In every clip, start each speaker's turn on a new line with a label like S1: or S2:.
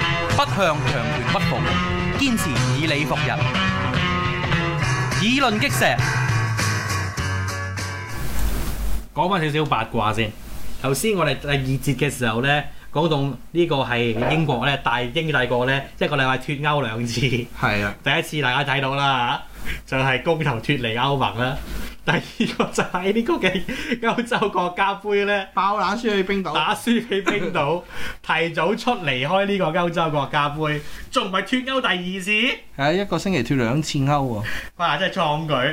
S1: 向強權屈服，堅持以理服人，以論擊石。
S2: 講翻少少八卦先。頭先我哋第二節嘅時候咧，講到呢個係英國咧，大英帝國咧，一個禮拜脱歐兩次。 第
S3: 係啊，
S2: 一次大家睇到啦，就係、公投脱離歐盟啦。第二個就係呢個嘅 歐洲國家杯咧。
S3: 爆冷輸去冰島，
S2: 打輸俾 冰島，提早出離開呢個歐洲國家杯，仲唔係脱歐第二次？
S3: 係啊一個星期脱兩次歐喎，
S2: 哇！真係創舉。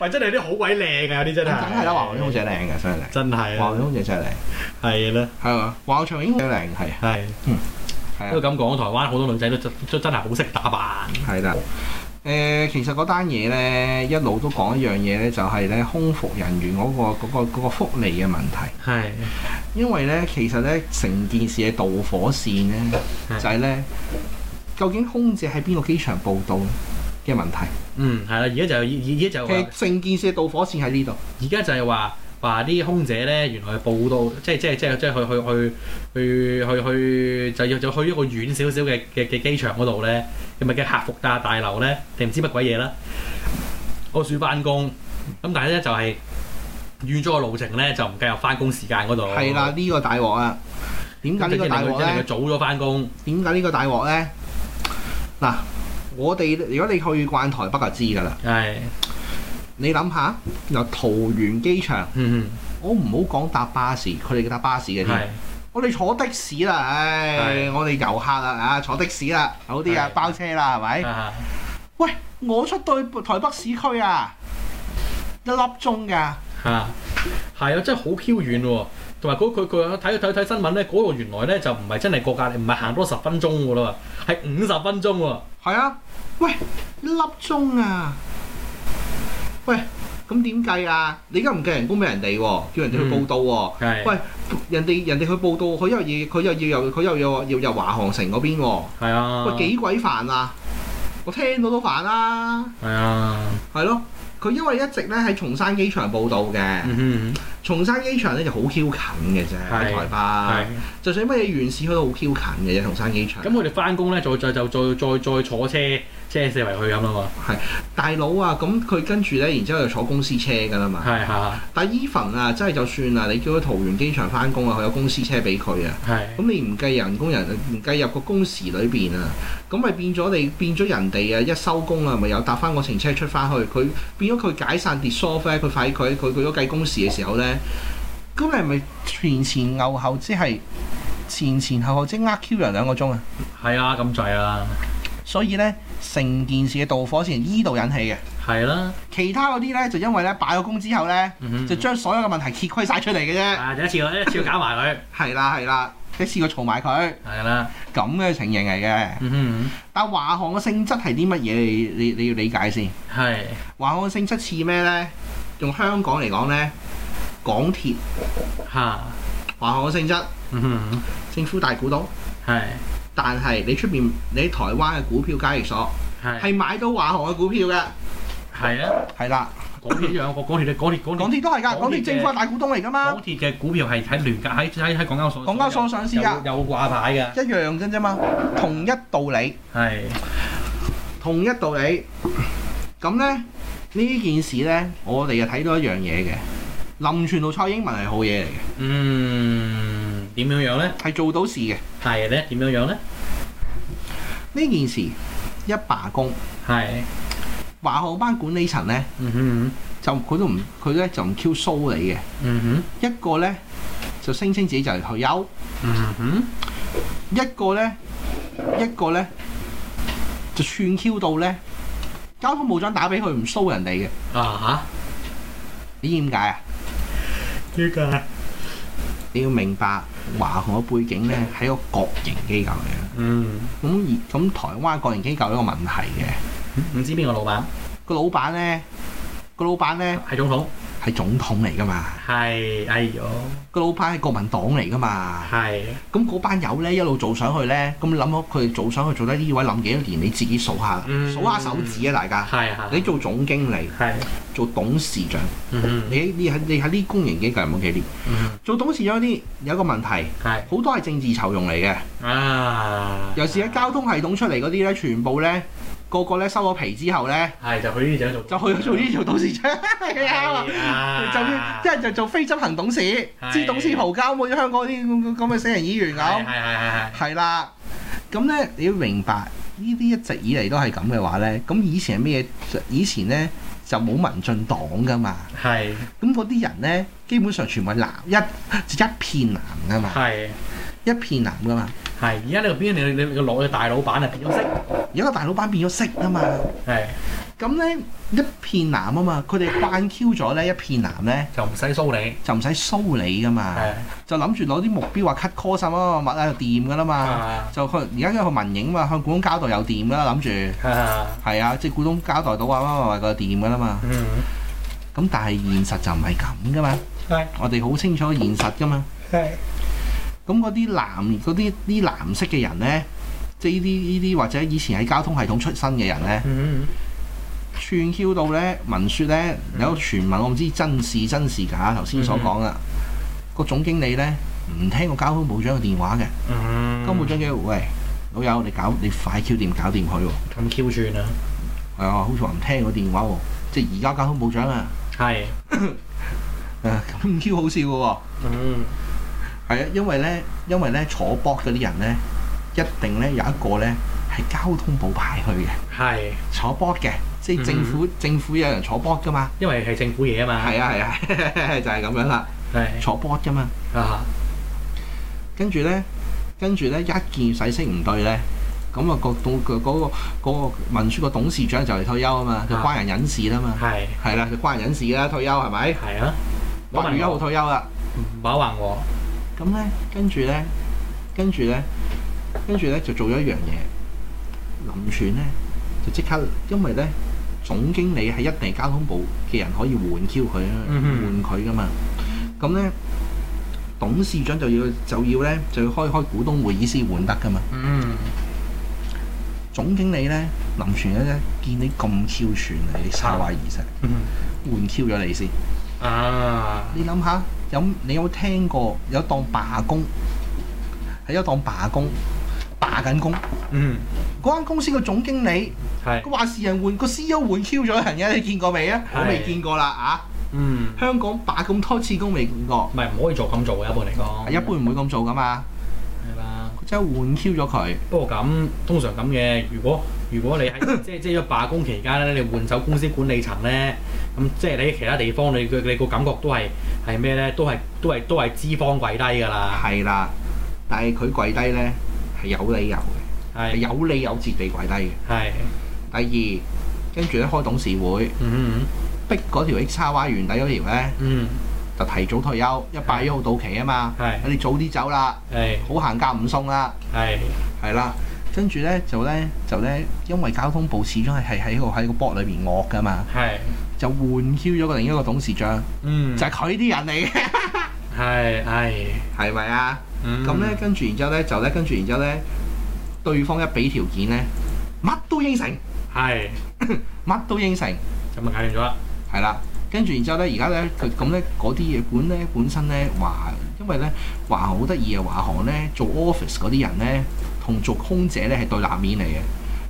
S2: 喂，真係有啲好鬼靚㗎，有啲真
S3: 梗
S2: 係。
S3: 係啦，華航啲空姐靚嘅真係靚，
S2: 真係
S3: 華
S2: 啊
S3: 航啲，空姐真係靚，
S2: 係啦，
S3: 係啊，華航長影空姐靚係啊
S2: 係。
S3: 係
S2: 都
S3: 啊
S2: 咁講，台灣好多女仔都真都真係好識打扮。
S3: 係啦。誒、其實嗰單嘢咧，一路都講一樣嘢咧，就係咧空服人員嗰、個嗰、個嗰個福利嘅問題。
S2: 係
S3: 因為咧，其實咧，成件事嘅導火線咧，
S2: 係
S3: 就係咧，究竟空姐喺邊個機場報到嘅問題。
S2: 嗯，係啦，而家就而而家就
S3: 其
S2: 話
S3: 實成件事嘅導火線喺呢度。
S2: 而家就係話話啲空姐咧，原來報到即係即係即係即係去去去去去去就要就去一個遠少少嘅嘅嘅機場嗰度咧，咁啊咪嘅客服大大樓咧，定唔知乜鬼嘢啦，我暑翻工，咁但係咧就係、預咗個路程咧，就唔計入翻工時間嗰度。
S3: 係啦，，呢、個大鑊啊！點解
S2: 哦咁
S3: 呢
S2: 即係
S3: 個
S2: 令
S3: 大
S2: 佢
S3: 鑊
S2: 即係令佢
S3: 咧？
S2: 早咗翻工。
S3: 點解呢個大鑊咧？嗱，我哋如果你去慣台北就知㗎啦。
S2: 係，
S3: 你諗下，由桃園機場，
S2: 嗯
S3: 我唔好講搭巴士，佢哋搭巴士嘅
S2: 嗯，
S3: 添。
S2: 係。
S3: 我哋坐的士啦，唉，
S2: 係
S3: 我哋遊客啦，啊，坐的士啦，好啲啊，
S2: 係
S3: 包車啦，係咪？
S2: 啊
S3: 喂，我出到去台北市區啊，一粒鐘㗎，
S2: 嚇，係啊，真係好飄遠喎。同埋嗰佢佢睇睇睇新聞咧，嗰、度原來咧就唔係真係過隔離，唔係行多十分鐘噶啦，係五十分鐘喎。
S3: 係啊，喂，一粒鐘啊，喂，咁點計啊？你而家唔計人工俾人哋喎，叫人哋去
S2: 嗯
S3: 報到喎、
S2: 係
S3: 喂，人哋人哋去報到，佢又要佢又要又佢又要要入華航城嗰邊喎、
S2: 係啊，
S3: 喂幾鬼煩啊！我聽到都煩啦、
S2: 係啊，
S3: 係咯，佢因為一直咧喺松山機場報道嘅，
S2: 嗯
S3: 松山機場咧就好 Q 近嘅啫，
S2: 係
S3: 喺台
S2: 哼，係
S3: 北。。就算乜嘢原市區都好 Q 近嘅啫，松山機場。
S2: 咁佢哋翻工咧，再再就再再再坐車車四圍去咁啦嘛。
S3: 大佬啊，咁佢跟住咧，然之後就坐公司車㗎啦嘛。
S2: 係嚇
S3: 但係 even 啊，真係就算啊，你叫佢桃園機場翻工啊，佢有公司車俾佢啊。
S2: 係
S3: 咁你唔計人工人，唔計入個工時裏邊啊，咁咪變咗你變咗人哋啊！一收工啊，咪又搭翻個程車出翻去，佢變咗佢解散 d i s o l v 咧，佢快佢佢佢都計工時嘅時候咧，咁你係咪前前後後即係前前後後即係呃 Q 人兩個鐘啊？
S2: 係啊，咁滯啊，
S3: 所以咧，成件事嘅導火線係依度引起嘅。
S2: 係啦，
S3: 其他嗰啲咧，就因為咧罷咗工之後咧，
S2: 嗯哼
S3: 就將所有嘅問題揭開晒出嚟嘅啫。
S2: 啊，就一次過一次過搞埋佢，
S3: 係啦係啦，一次過嘈埋佢
S2: 係啦，
S3: 咁嘅情形嚟嘅。
S2: 嗯
S3: 但華航嘅性質係啲乜嘢？你你你要理解先。
S2: 哼，係
S3: 華航嘅性質似咩咧？用香港嚟講咧，港鐵
S2: 嚇，
S3: 華航嘅性質，
S2: 嗯哼，
S3: 政府大股東，
S2: 係
S3: 但係你出面你喺台灣嘅股票交易所
S2: 係
S3: 係買到華航嘅股票嘅。
S2: 係啊。
S3: 係啦，
S2: 港鐵一樣，我港鐵港鐵港
S3: 港
S2: 鐵
S3: 鐵都係㗎，
S2: 港
S3: 港
S2: 鐵嘅
S3: 鐵政府係大股東嚟㗎嘛，
S2: 港鐵嘅股票係喺聯格喺喺喺港交所
S3: 港交所上市㗎。
S2: 有有掛牌嘅，
S3: 一樣嘅啫嘛，同一道理，
S2: 係
S3: 同一道理。咁呢，呢件事呢，我哋又睇到一樣嘢嘅，林全同蔡英文係好嘢嚟嘅，
S2: 嗯點樣樣咧？
S3: 係做到事嘅。
S2: 係咧點樣樣咧？
S3: 呢件事一罷工，
S2: 係
S3: 華航班管理層呢，
S2: 嗯哼
S3: 就佢都唔佢呢就唔 Q 蘇你嘅，
S2: 嗯
S3: 一個呢，就聲稱自己就嚟退休，
S2: 哼嗯哼
S3: 一個呢，一個呢，就串 Q 到呢，交通部長打俾佢唔蘇人哋嘅，
S2: 啊
S3: 你知點解啊？
S2: 嚇呢個
S3: 你要明白華航嘅背景咧係一個國營機構嚟嘅，
S2: 嗯
S3: 咁而咁台灣國營機構有一個問題嘅，
S2: 唔知邊個老闆
S3: 個老闆咧，個老闆咧
S2: 係總統，
S3: 係總統嚟噶嘛，
S2: 係哎呦，
S3: 個老闆係國民黨嚟噶嘛。
S2: 係
S3: 咁嗰班友咧一路做上去咧，咁諗好佢哋做上去做得呢位諗幾多年，你自己數下，
S2: 嗯
S3: 數下手指啊，大家。
S2: 係係，
S3: 你做總經理、
S2: 係
S3: 做董事長，
S2: 嗯哼
S3: 你喺你喺你喺呢公營機構有冇幾年？
S2: 嗯
S3: 做董事長啲有一個問題，
S2: 哼係
S3: 好多係政治酬庸嚟嘅，
S2: 啊，
S3: 尤其喺交通系統出嚟嗰啲咧，全部咧個個咧收咗皮之後咧，
S2: 係就去呢隻做，
S3: 就去咗做呢條董事長，係啊
S2: 係
S3: 就一係就做非執行董事，知董事豪交冇咗香港啲咁咁咁嘅死人議員
S2: 係係
S3: 咁，
S2: 係係係
S3: 係啦。咁咧你要明白呢啲一直以嚟都係咁嘅話咧，咁以前係咩嘢？以前咧就冇民進黨噶嘛，
S2: 係
S3: 咁嗰啲人咧基本上全部係藍一就一片藍噶嘛，
S2: 係
S3: 一片藍噶嘛。
S2: 係，而家你個邊你你你個老嘅大老闆啊變咗色，
S3: 而家個大老闆變咗色啊嘛，
S2: 係
S3: 咁咧一片藍啊嘛，佢哋慣 Q 咗咧一片藍咧
S2: 就唔使蘇你，
S3: 就唔使蘇你噶嘛。
S2: 係
S3: 就諗住攞啲目標話 cut call 什麼物啊，就掂噶啦嘛。
S2: 啊
S3: 就佢而家因為佢民營啊嘛，向股東交代又掂噶啦，諗住
S2: 啊
S3: 係啊，即係股東交代到啊乜乜乜個掂噶啦嘛。
S2: 嗯
S3: 咁但係現實就唔係咁噶嘛，
S2: 係
S3: 我哋好清楚現實噶嘛。
S2: 係
S3: 咁嗰啲藍嗰啲啲藍色嘅人呢，即係呢啲呢啲或者以前喺交通系統出身嘅人呢，
S2: 嗯
S3: 串 Q 到呢文説呢，有個傳聞，我唔知真事真是假，頭先所講啦，個總經理呢，唔聽個交通部長嘅電話嘅。
S2: Ừ. 嗯
S3: 金部長嘅喂老友，你搞你快 Q 掂搞掂佢喎，
S2: 咁 Q 轉啊，
S3: 係啊，好似話唔聽個電話喎，即係而家交通部長啊，
S2: 係
S3: 誒 咁 Q 好笑嘅
S2: 嗯
S3: 喎，係啊，因為咧因為咧坐 b 嗰啲人咧，一定咧有一個咧係交通部派去嘅，
S2: 係。
S3: 坐 b 嘅，即係政府、政府有人坐 b 噶嘛，
S2: 因為係政府嘢啊嘛，
S3: 係嗯啊嗯係啊， 就係咁樣啦，
S2: 係
S3: 坐 b 噶嘛，
S2: 啊，
S3: 跟住咧跟住咧一件洗色唔對咧。咁啊，個董嗰個嗰個民署個董事長就嚟退休啊嘛，佢
S2: 啊
S3: 關人隱事啦嘛。
S2: 係
S3: 係啦，佢關人隱事啦，退休係咪？
S2: 係啊，
S3: 八月一號退休啦。
S2: 唔好話我，
S3: 咁咧，跟住咧，跟住咧，跟住咧就做咗一樣嘢。林全咧就即刻，因為咧總經理係一定係交通部嘅人可以換 Q 佢啊，
S2: 嗯
S3: 換佢噶嘛。咁咧董事長就要就要咧就要開開股東會議先換得噶嘛。
S2: 嗯，
S3: 總經理咧林全咧見你咁 Q 全啊，你沙華儀式
S2: Ừ.
S3: 換 Q 咗你先。
S2: 啊，
S3: 你諗下，有你有冇聽過有一檔罷工？係一檔罷工，罷緊工。
S2: 嗯，
S3: 嗰間公司個總經理，
S2: 係
S3: 個，話事人換個 CEO 換 Q 咗人嘅，你見過未啊？
S2: 係
S3: 我未見過啦啊！
S2: 嗯，
S3: 香港罷咁多次工未見過，
S2: 唔係唔可以做咁做嘅，一般嚟講，
S3: 一般唔會咁做噶嘛。
S2: 係啦。
S3: 即係換 Q 咗佢，
S2: 不過咁通常咁嘅，如果如果 你喺即係即係一個罷工期間咧，你換走公司管理層咧，咁即係你喺其他地方，你個你個感覺都係係咩咧？都係都係都係資方跪低㗎啦，
S3: 係啦。但係佢跪低呢，係有理由嘅，係
S2: 係
S3: 有理有節地跪低
S2: 係，
S3: 嘅。第二，跟住咧開董事會，
S2: 嗯
S3: 逼嗰條 X 叉 Y 原底嗰條呢。
S2: 嗯
S3: 就提早退休，一百一號到期啊嘛，
S2: 係
S3: 你早啲走啦，
S2: 嗯，係
S3: 好行夾唔送啦，
S2: 係
S3: 係啦。跟住咧就咧就咧，因為交通部始終係係喺個喺個 board 裏邊惡噶嘛，
S2: 係，
S3: 就換 Q 咗個另一個董事長，
S2: 嗯
S3: 就係佢啲人嚟 嘅，
S2: 係係。
S3: 係咪啊？
S2: 嗯
S3: 咁咧、跟住然之後咧就咧跟住然之後咧，對方一俾條件咧，乜都應承，
S2: 係
S3: 乜都應承，
S2: 咁咪搞掂咗啦。
S3: 係啦。跟住然之後咧，而家咧佢咁咧嗰啲嘢本咧本身咧華，因為咧華航好得意啊，華航咧做 office 嗰啲人咧同做空姐咧係對立面嚟嘅，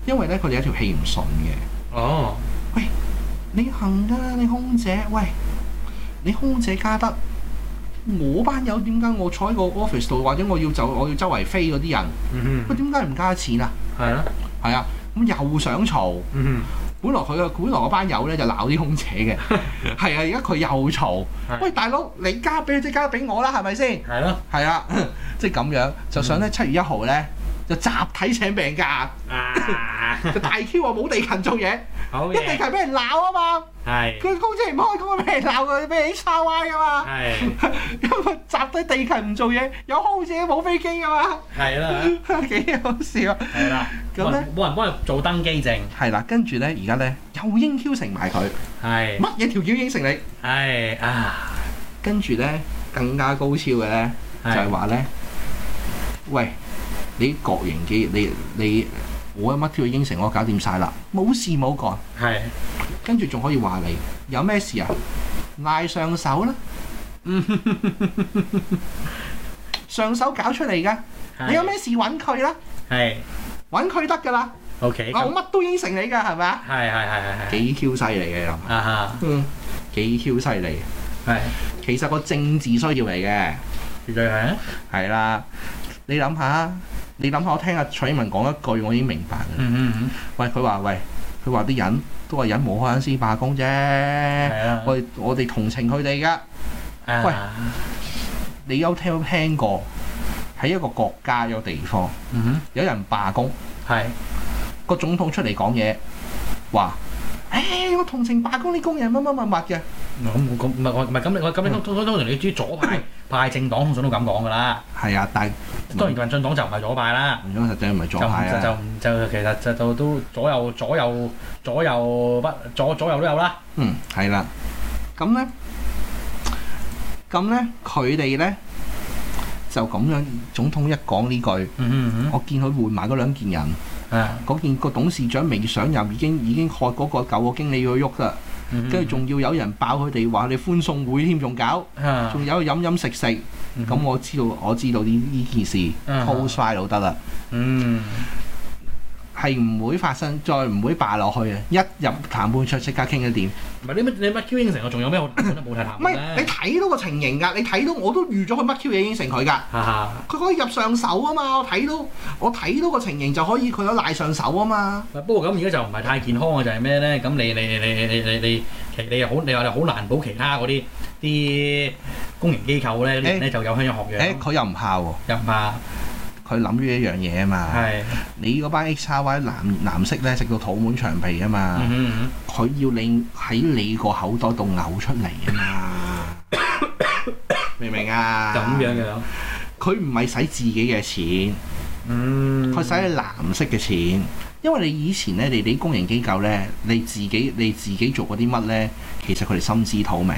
S3: 因為咧佢哋有條氣唔順嘅。
S2: 哦，
S3: 你行㗎，你空姐，喂，你空姐加得，我班友點解我坐喺個 office 度，或者我要就我要周圍飛嗰啲人，
S2: 嗯
S3: 喂
S2: 哼，
S3: 點解唔加錢啊？
S2: 係啦，
S3: 係啊，咁又想嘈。
S2: 嗯
S3: 本來佢個本來嗰班友咧就鬧啲空姐嘅，係啊，而家佢又嘈
S2: 係，
S3: 喂大佬，你加俾即加俾我啦，係咪先？
S2: 哼，係啦，嗯
S3: 係啊，即係咁樣，就想咧七月一號咧就集體請病 假，
S2: 啊，
S3: 就大 Q 話冇地勤做嘢，
S2: 好
S3: 一地
S2: 嘢，
S3: 勤俾人鬧啊 嘛，
S2: 係
S3: 佢工資唔開咁啊俾人鬧佢，俾人 H Y 噶啊嘛，
S2: 係
S3: 因為集體地勤唔做嘢，有空姐冇飛機噶啊嘛，
S2: 係啦，
S3: 幾好笑啊！
S2: 係啦，
S3: 咁呢
S2: 冇人冇人幫佢做登機證，
S3: 係啦，跟住咧而家咧又應邀成埋 佢，
S2: 係
S3: 乜嘢條件應承你？
S2: 係啊，
S3: 跟住咧更加高超嘅咧。就係
S2: 係
S3: 話咧，喂，你國營嘅你你我乜都要應承，我搞掂晒啦，冇事冇幹，
S2: 係，
S3: 跟住仲可以話你有咩事啊？賴上手 啦，上手搞出嚟噶，
S2: 係
S3: 你有咩事揾佢啦，
S2: 係
S3: 揾佢得噶啦，
S2: OK，
S3: 我
S2: 咁
S3: 乜都應承你噶，係咪啊？
S2: 係係係係係
S3: 幾 Q 犀利嘅諗，
S2: 啊哈，
S3: 嗯，幾 Q 犀利，
S2: 係
S3: 其實個政治需要嚟嘅。
S2: 絕對係啊，
S3: 係啦，你諗下，你諗下，我聽阿蔡英文講一句，我已經明白啦。
S2: 嗯嗯
S3: 喂，佢話喂，佢話啲人都話忍無可忍先罷工啫。
S2: 嗯，係啦，
S3: 我哋我哋同情佢哋噶。喂
S2: 啊，
S3: 你有聽有聽過喺一個國家有地方
S2: 嗯
S3: 有人罷工，
S2: 哼，係
S3: 個總統出嚟講嘢話：，誒、我同情罷工啲工人乜乜乜乜嘅。
S2: 咁咁唔係我唔係咁你我咁你通通通常你知左派派政黨通常都咁講㗎啦，
S3: 係啊，但係
S2: 當然民進黨就唔係左派啦。
S3: 唔通實際唔係
S2: 就
S3: 左
S2: 就
S3: 派啊？
S2: 唔就其實就就都左右左右左右不左左右都有啦。
S3: 嗯，係啦。咁咧，咁咧，佢哋咧就咁樣，總統一講呢句。
S2: 嗯
S3: 我見佢換埋嗰兩件人，
S2: 嗯啊，
S3: 嗰件個董事長未上任已經已經害嗰個舊個經理要去喐啦，
S2: 嗯
S3: 跟住仲要有人爆佢哋話你歡送會添，仲搞，
S2: 啊，
S3: 仲有飲飲食食，咁、
S2: 咁
S3: 我知道我知道呢呢件事
S2: 嗯
S3: call 晒老得啦，
S2: 嗯
S3: 係唔會發生，再唔會霸落去嘅，一入談判桌即刻傾一掂，
S2: 唔係你乜你乜 Q 應承我，啊仲有 咩好談判咧？冇太談
S3: 唔係
S2: 判
S3: 你
S2: 咧。
S3: 睇到個情形㗎，你睇到我都預咗佢乜 Q 嘢應承佢㗎。
S2: 哈哈，
S3: 佢可以入上手啊嘛！我睇到我睇到個情形就可以佢有賴上手啊嘛！
S2: 不過咁而家就唔係太健康嘅就係咩咧？咁你你你你你你其你好你話你好難保其他嗰啲啲公營機構咧啲人咧就有香有學
S3: 誒、
S2: 樣
S3: 佢又唔怕喎，
S2: 入嘛，
S3: 佢諗咗一樣嘢啊嘛。
S2: 係
S3: 你嗰班 X R Y 藍藍色咧食到肚滿腸肥啊嘛，
S2: 嗯嗯
S3: 佢、要你喺你個口袋度嘔出嚟啊 嘛，明唔明啊？
S2: 咁樣嘅，
S3: 佢唔係使自己嘅錢，
S2: 嗯，
S3: 佢使你藍色嘅錢，因為你以前咧，你哋啲公營機構咧，你自己你自己做過啲乜咧，其實佢哋心知肚明，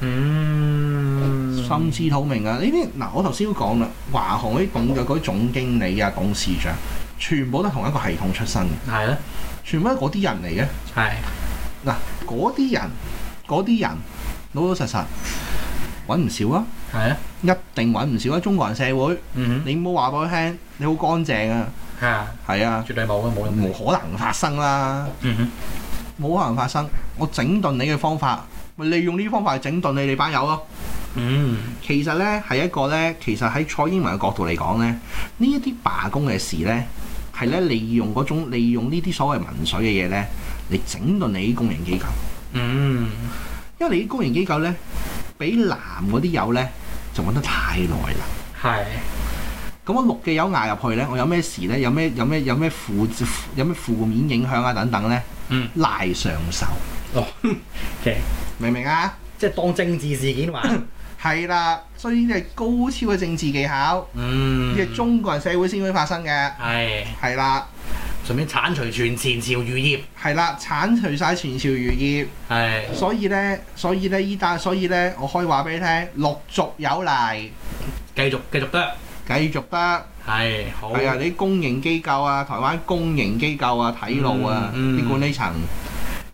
S2: 嗯
S3: 心知肚明啊！呢啲嗱，我頭先都講啦，華航嗰啲董嘅嗰啲總經理啊、董事長，全部都係同一個系統出身嘅，
S2: 係啦，
S3: 全部都係嗰啲人嚟嘅。
S2: 係。
S3: 嗰啲人，嗰啲人老老實實揾唔少啊，
S2: 係啊，
S3: 一定揾唔少啊！中國人社會，
S2: 嗯
S3: 你唔好話俾我聽，你好乾淨啊，
S2: 哼，嚇，
S3: 係啊，
S2: 絕對冇啊，冇咁
S3: 冇，可能發生啦，
S2: 嗯哼，
S3: 冇可能發生。我整頓你嘅方法，咪利用呢啲方法去整頓你哋班友咯。
S2: 嗯，
S3: 其實呢，係一個呢，其實喺蔡英文嘅角度嚟講呢，呢一啲罷工嘅事呢，係呢利用嗰種利用呢啲所謂民粹嘅嘢呢，嚟整頓你啲公營機構。
S2: 嗯，
S3: 因為你啲公營機構咧，比男嗰啲友咧就揾得太耐啦。
S2: 係，
S3: 咁我綠嘅友捱入去咧，我有咩事咧？有咩有咩有咩負有咩負面影響啊？等等咧，
S2: 嗯，
S3: 賴上手，
S2: 哦 ，OK，
S3: 明唔明啊？
S2: 即係當政治事件玩，
S3: 係啦，所以呢啲係高超嘅政治技巧，呢
S2: 嗯
S3: 係，中國人社會先會發生嘅。
S2: 係，
S3: 係啦，
S2: 順便剷除全前朝餘孽，
S3: 係啦，剷除晒前朝餘孽，
S2: 係，
S3: 所以咧，所以咧，依單，所以咧，我可以話俾你聽，陸續有嚟，
S2: 繼續繼續得，
S3: 繼續得。
S2: 係，好，
S3: 係啊，你公營機構啊，台灣公營機構啊，睇路啊，啲、
S2: 嗯嗯
S3: 管理層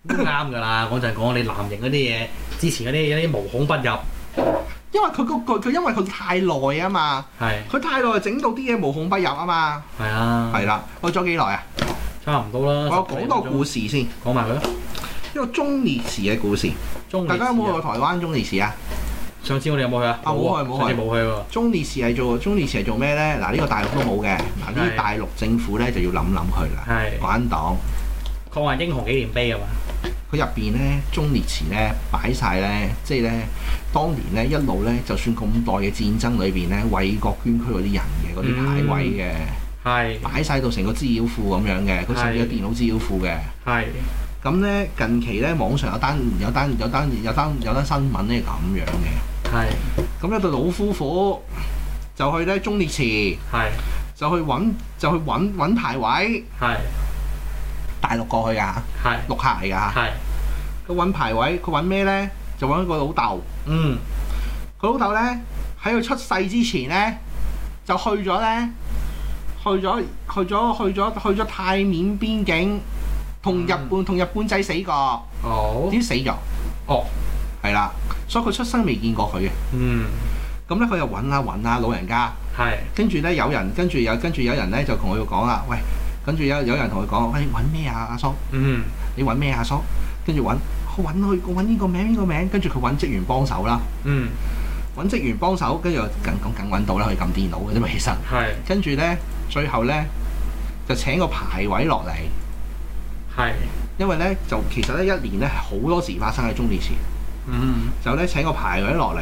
S2: 都啱㗎啦，嗰陣講你藍營嗰啲嘢，之前嗰啲嗰啲無孔不入，
S3: 因為佢個佢佢因為佢太耐啊嘛，
S2: 係，
S3: 佢太耐整到啲嘢無孔不入啊嘛，
S2: 係啊，
S3: 係啦，我咗幾耐啊？
S2: 差唔多啦，
S3: 我講多個故
S2: 事，
S3: 事先，
S2: 講埋佢啦，
S3: 一個中烈士嘅故事。
S2: 中
S3: 大家有冇
S2: 年
S3: 去
S2: 時
S3: 台灣中烈士啊？
S2: 啊上次我哋有冇去啊？
S3: 啊冇去冇去
S2: 上次冇去喎，
S3: 中烈士係做中烈士係做咩呢？嗱，呢個大陸都冇嘅，嗱呢
S2: 係
S3: 啲大陸政府呢就要諗諗佢啦。
S2: 係，
S3: 玩黨
S2: 抗日英雄紀念碑啊嘛，
S3: 佢入邊呢，中烈士呢擺晒呢，即係呢，當年呢一路呢，就算咁耐嘅戰爭裏邊呢，為國捐軀嗰啲人嘅嗰啲牌位嘅。
S2: 係
S3: 擺晒到成個資料庫咁樣嘅，佢甚至有
S2: 係
S3: 電腦資料庫嘅。
S2: 係
S3: 咁咧近期咧網上有單有單有單有單有單新聞咧咁樣嘅，
S2: 係
S3: 咁有對老夫婦就去咧中烈祠，
S2: 係
S3: 就去揾就去揾揾牌位，
S2: 係
S3: 大陸過去㗎，
S2: 係
S3: 陸客嚟㗎，
S2: 係
S3: 佢揾牌位，佢揾咩咧？就揾個老豆，
S2: 嗯
S3: 佢老豆咧喺佢出世之前咧就去咗咧，去咗去咗去咗去咗泰緬邊境，同日本同日本仔死過，
S2: 好
S3: 已經死咗，
S2: 哦
S3: 係啦，所以佢出生未見過佢嘅。
S2: 嗯
S3: 咁咧佢又揾啊揾啊老人家，
S2: 係
S3: 跟住咧有人跟住有跟住有人咧就同佢講啦，喂，跟住有有人同佢講，喂揾咩啊阿叔，
S2: 嗯
S3: 你揾咩啊阿叔，跟住揾我揾佢我揾呢個名呢個名，跟住佢揾職員幫手啦，
S2: 嗯
S3: 揾職員幫手，跟住就梗咁梗揾到啦，佢撳電腦嘅啫嘛，其實，
S2: 係
S3: 跟住咧最後咧就請個牌位落嚟，
S2: 係
S3: 因為咧就其實咧一年咧好多事發生喺中年前。
S2: 嗯
S3: 就咧請個牌位落嚟，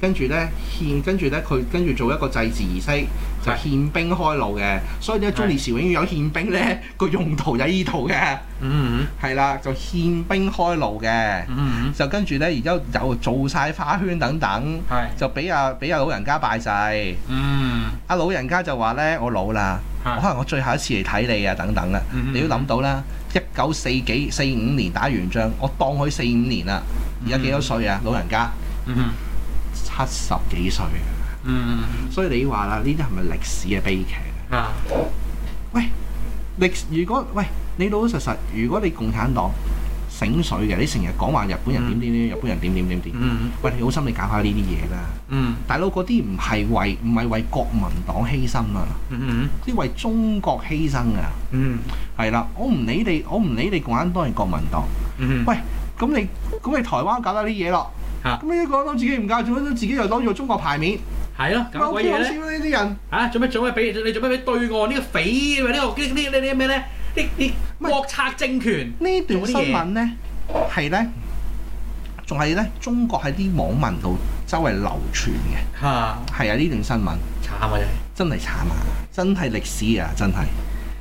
S3: 跟住咧獻，跟住咧佢跟住做一個祭祀儀式，就
S2: 係
S3: 獻兵開路嘅。所以咧，
S2: 係
S3: 中烈士永遠有獻兵咧個用途就喺呢度嘅，
S2: 嗯
S3: 係啦，就獻兵開路嘅。
S2: 嗯
S3: 就跟住咧，而家有做晒花圈等等，
S2: 係
S3: 就俾阿俾阿老人家拜祭。
S2: 嗯
S3: 阿啊老人家就話咧：我老啦，
S2: 係
S3: 可能我最後一次嚟睇你啊，等等啦。
S2: 嗯
S3: 你要諗到啦，一九四幾四五年打完仗，我當佢四五年啦，而家幾多歲啊？老人家？
S2: 嗯
S3: 七十幾歲，啊
S2: 嗯
S3: 所以你話啦，呢啲係咪歷史嘅悲劇？
S2: 啊
S3: 歷如果喂你老老實實，如果你共產黨醒水嘅，你成日講話日本人點點點，日本人點點點點，
S2: 嗯
S3: 喂你好心你搞下呢啲嘢啦，
S2: 嗯
S3: 大佬嗰啲唔係為唔係為國民黨犧牲啊，
S2: 嗯
S3: 啲為中國犧牲啊，
S2: 嗯
S3: 係啦，我唔理你，我唔理你共產黨定國民黨，
S2: 嗯
S3: 喂咁你咁你台灣搞得呢啲嘢咯，
S2: 嚇
S3: 咁你講到自己唔搞，做乜都自己又攞住個中國牌面，
S2: 係咯，搞
S3: 搞
S2: 鬼
S3: 笑
S2: 嘢
S3: 呢
S2: 咧
S3: 啲人。
S2: 啊！做咩做咩俾你做咩俾對岸呢個匪呢個呢呢呢咩咧？呢呢國策政權
S3: 呢段新聞呢，係呢，仲係呢，中國喺啲網民度周圍流傳嘅，
S2: 嚇
S3: 係啊！呢段新聞
S2: 慘啊！
S3: 真
S2: 真係
S3: 係慘啊，真係歷史啊，真係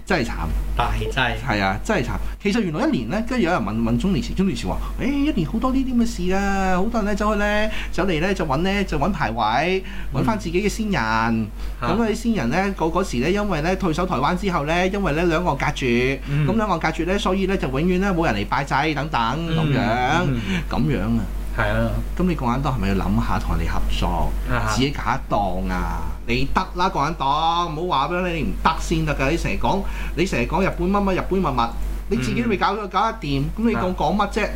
S3: 真係慘，啊
S2: 大劑
S3: 係啊，真係慘。其實原來一年呢，跟住有人問問中年時，中年時話：，誒、一年好多呢啲咁嘅事啊，好多人呢走去呢，走嚟呢，就揾呢，就揾排位，揾翻自己嘅先人。咁
S2: 嚇
S3: 嗰啲先人呢，嗰嗰時呢，因為呢退守台灣之後呢，因為呢兩岸隔住，咁、
S2: 嗯
S3: 兩岸隔住呢，所以呢就永遠呢冇人嚟拜祭等等咁樣，咁、
S2: 嗯嗯
S3: 樣啊。
S2: 係啦，
S3: 咁你共產黨係咪要諗下同人哋合作，
S2: 啊
S3: 自己搞一檔啊？你得啦，共產黨，唔好話俾你你唔得先得㗎。你成日講，你成日講日本乜乜日本乜乜，你自己都未搞搞得掂，咁你講
S2: 嗯啊
S3: 講乜啫？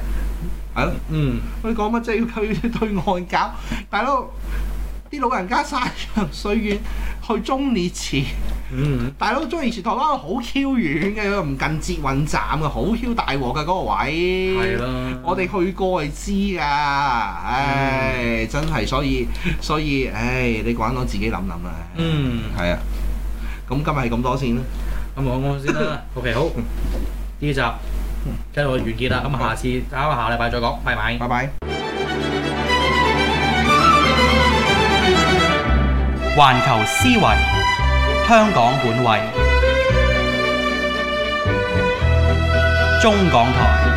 S3: 係咯。
S2: 嗯
S3: 佢講乜即係要去對外搞，大佬啲老人家山長水遠去中烈祠，
S2: 嗯
S3: 大佬中烈祠台灣好 Q 遠嘅，佢唔近捷運站嘅，好 Q 大鑊嘅嗰個位。
S2: 係啊啦，
S3: 我哋去過係知㗎，唉，真係，所以所以，唉，你講我自己諗諗啦。，
S2: 嗯。
S3: 係啊，咁今日係咁多先啦。
S2: 咁我講先啦。OK，好，呢集跟住我完結啦。咁下次啱下禮拜再講，拜拜。
S3: 拜拜。
S1: 環球思維，香港本位，中港台。